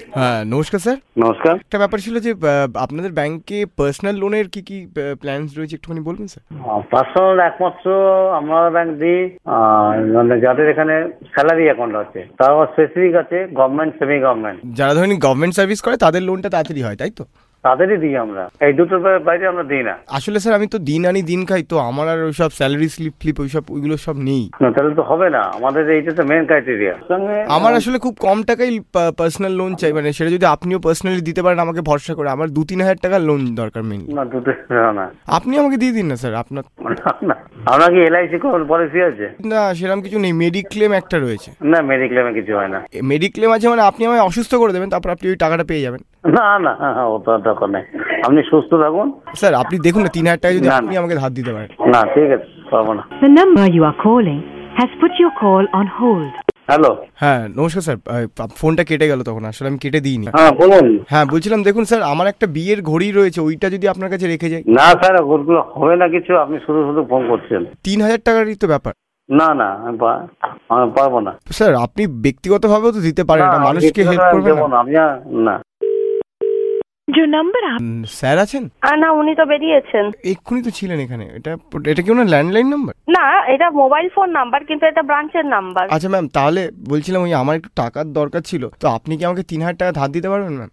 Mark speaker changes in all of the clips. Speaker 1: হ্যাঁ নমস্কার স্যার
Speaker 2: নমস্কার
Speaker 1: একটা ব্যাপার ছিল যে আহ, আপনাদের ব্যাংকে পার্সোনাল লোনের কি কি প্ল্যানস রয়েছে একটুখানি বলবেন স্যার
Speaker 2: পার্সোনাল একমাত্র আমরা ব্যাংক দিই আর মানে যাদের এখানে স্যালারি অ্যাকাউন্ট আছে তার স্পেসিফিক আছে গভর্নমেন্ট সেমি গভর্নমেন্ট
Speaker 1: যারা ধরেন গভর্নমেন্ট সার্ভিস করে তাদের লোনটা তাড়াতাড়ি হয় তাই তো
Speaker 2: তাদেরই দিই আমরা এই দুটোর বা- বাইরে আমরা দিই না
Speaker 1: আসলে স্যার আমি তো দিন আনি দিন খাই তো আমার আর ওইসব স্যালারি স্লিপ ফ্লিপ ওইসব ওইগুলো সব নেই
Speaker 2: না, তাহলে তো হবে না আমাদের এইটা তো মেন ক্রাইটেরিয়া সঙ্গে
Speaker 1: আমার আসলে খুব কম টাকাই পার্সোনাল লোন চাই মানে সেটা যদি আপনিও পার্সোনালি দিতে পারেন আমাকে ভরসা করে আমার দু তিন হাজার টাকার লোন দরকার মেনলি
Speaker 2: না দুটো না না
Speaker 1: আপনি আমাকে দিয়ে দিন না স্যার আপনার
Speaker 2: না, না। আপনার কি এলআইসি কোন পলিসি আছে
Speaker 1: না সেরকম কিছু নেই মেডিক্লেম একটা রয়েছে
Speaker 2: না মেডিক্লেমে কিছু হয় না
Speaker 1: মেডিক্লেম আছে মানে আপনি আমায় অসুস্থ করে দেবেন তারপর আপনি ওই টাকাটা পেয়ে যাবেন
Speaker 2: না না হ্যাঁ, ও তো দরকার নেই আপনি সুস্থ থাকুন
Speaker 1: স্যার আপনি দেখুন না তিন হাজার টাকা যদি
Speaker 2: না, না।
Speaker 1: আপনি আমাকে ধার দিতে পারেন
Speaker 2: না ঠিক আছে পাবো না
Speaker 3: the number you are calling has put your call on hold
Speaker 2: hello
Speaker 1: হ্যাঁ নমস্কার স্যার আহ, ফোনটা কেটে গেল তখন আসলে আমি কেটে দিইনি
Speaker 2: হ্যাঁ বলুন
Speaker 1: হ্যাঁ বলছিলাম দেখুন স্যার আমার একটা বিয়ের ঘড়ি রয়েছে ওইটা যদি আপনার কাছে রেখে যাই
Speaker 2: না স্যার ওগুলো হবে না কিছু আপনি শুধু শুধু ফোন করছেন
Speaker 1: তিন হাজার টাকারই তো ব্যাপার
Speaker 2: না না আমি পা- আমি পারবো না
Speaker 1: স্যার আপনি ব্যক্তিগতভাবেও তো দিতে পারেন না
Speaker 2: না,
Speaker 1: মানুষকে
Speaker 2: আমি
Speaker 1: হেল্প করবেন
Speaker 2: দেবো
Speaker 1: না
Speaker 2: না, আমি আর- না
Speaker 4: जो नंबर आप
Speaker 1: উম, স্যার আছেন
Speaker 4: আহ, না উনি তো বেরিয়েছেন
Speaker 1: এক্ষুনি তো ছিলেন এখানে এটা এটা কি ওনার ল্যান্ডলাইন নাম্বার
Speaker 4: না এটা মোবাইল ফোন নাম্বার কিন্তু এটা ব্রাঞ্চের নাম্বার
Speaker 1: আচ্ছা ম্যাম তাহলে বলছিলাম ওই আমার একটু টাকার দরকার ছিল তো আপনি কি আমাকে তিন হাজার টাকা ধার দিতে পারবেন ম্যাম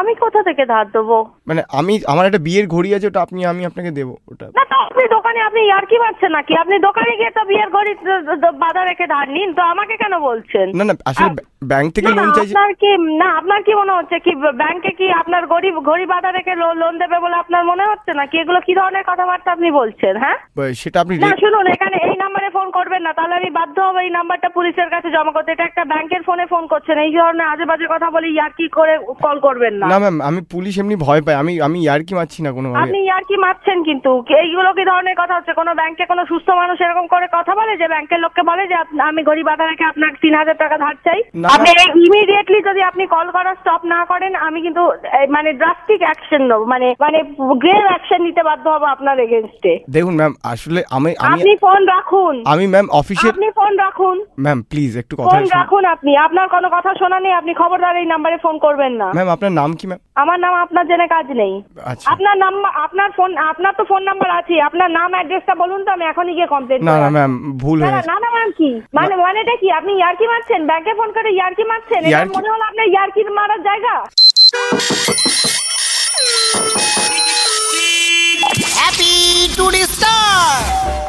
Speaker 4: আমি কোথা থেকে ধার দেবো
Speaker 1: মানে আমি আমার একটা বিয়ের ঘড়ি আছে ওটা আপনি আমি আপনাকে দেবো ওটা
Speaker 4: না তো আপনি দোকানে আপনি ইয়ার কি মারছেন নাকি আপনি দোকানে গিয়ে তো বিয়ের ঘড়ি দ- দ- দ- বাঁধা রেখে ধার নিন তো আমাকে কেন বলছেন
Speaker 1: না না আসলে
Speaker 2: হ্যাঁ।
Speaker 4: আ-
Speaker 1: ব্যাংক থেকে
Speaker 4: না,
Speaker 1: লোন চাইছে
Speaker 4: আপনার কি না আপনার কি মনে হচ্ছে কি ব্যাংকে কি আপনার ঘড়ি ঘড়ি বাঁধা রেখে লোন দেবে বলে আপনার মনে হচ্ছে নাকি এগুলো কি ধরনের কথাবার্তা আপনি বলছেন হ্যাঁ
Speaker 1: সেটা আপনি
Speaker 4: না
Speaker 1: রেখে-
Speaker 4: শুনুন এখানে এই নাম্বারে ফোন করবেন না তাহলে আমি বাধ্য হব এই নাম্বারটা পুলিশের কাছে জমা করতে এটা একটা ব্যাংকের ফোনে ফোন করছেন এই ধরনের আজেবাজে কথা বলে ইয়ার কি করে কল করবেন না
Speaker 1: না ম্যাম আমি পুলিশ এমনি ভয় পাই আমি আমি ইয়ার কি মারছি না কোনোভাবে
Speaker 4: আপনি ইয়ার কি মারছেন কিন্তু এইগুলো কি ধরনের কথা হচ্ছে কোনো ব্যাংকে কোনো সুস্থ মানুষ এরকম করে কথা বলে যে ব্যাংকের লোককে বলে যে আপ- আমি গরিব আধা রেখে আপনার তিন হাজার টাকা ধার চাই
Speaker 1: না।
Speaker 4: আপনি ইমিডিয়েটলি যদি আপনি কল করা স্টপ না করেন আমি কিন্তু এই, মানে ড্রাস্টিক অ্যাকশন নেব মানে মানে গ্রেভ অ্যাকশন নিতে বাধ্য হব আপনার এগেনস্টে
Speaker 1: দেখুন ম্যাম আসলে আমি আমি
Speaker 4: আপনি ফোন রাখুন
Speaker 1: আমি ম্যাম অফিসের
Speaker 4: আপনি ফোন রাখুন
Speaker 1: ম্যাম প্লিজ একটু কথা
Speaker 4: ফোন রাখুন আপনি আপনার কোনো কথা শোনা নেই আপনি খবরদার এই নাম্বারে ফোন করবেন না
Speaker 1: ম্যাম আপনার নাম কি ম্যাম
Speaker 4: আমার নাম আপনার জেনে কাজ নেই
Speaker 1: আচ্ছা
Speaker 4: আপনার নাম আপনার ফোন আপনার তো ফোন নাম্বার আছে আপনার নাম অ্যাড্রেসটা বলুন তো আমি এখনই গিয়ে কমপ্লেন
Speaker 1: না না ম্যাম ভুল
Speaker 4: না
Speaker 1: হয়ে
Speaker 4: না,
Speaker 1: গেছে
Speaker 4: না না ম্যাম কি মানে মানেটা কি আপনি ইয়ারকি মারছেন ব্যাংকে ফোন করে ইয়ারকি মারছেন এটা
Speaker 1: ইয়ার্কি-
Speaker 4: মনে হলো আপনার ইয়ারকি মারার জায়গা
Speaker 5: Happy to the star!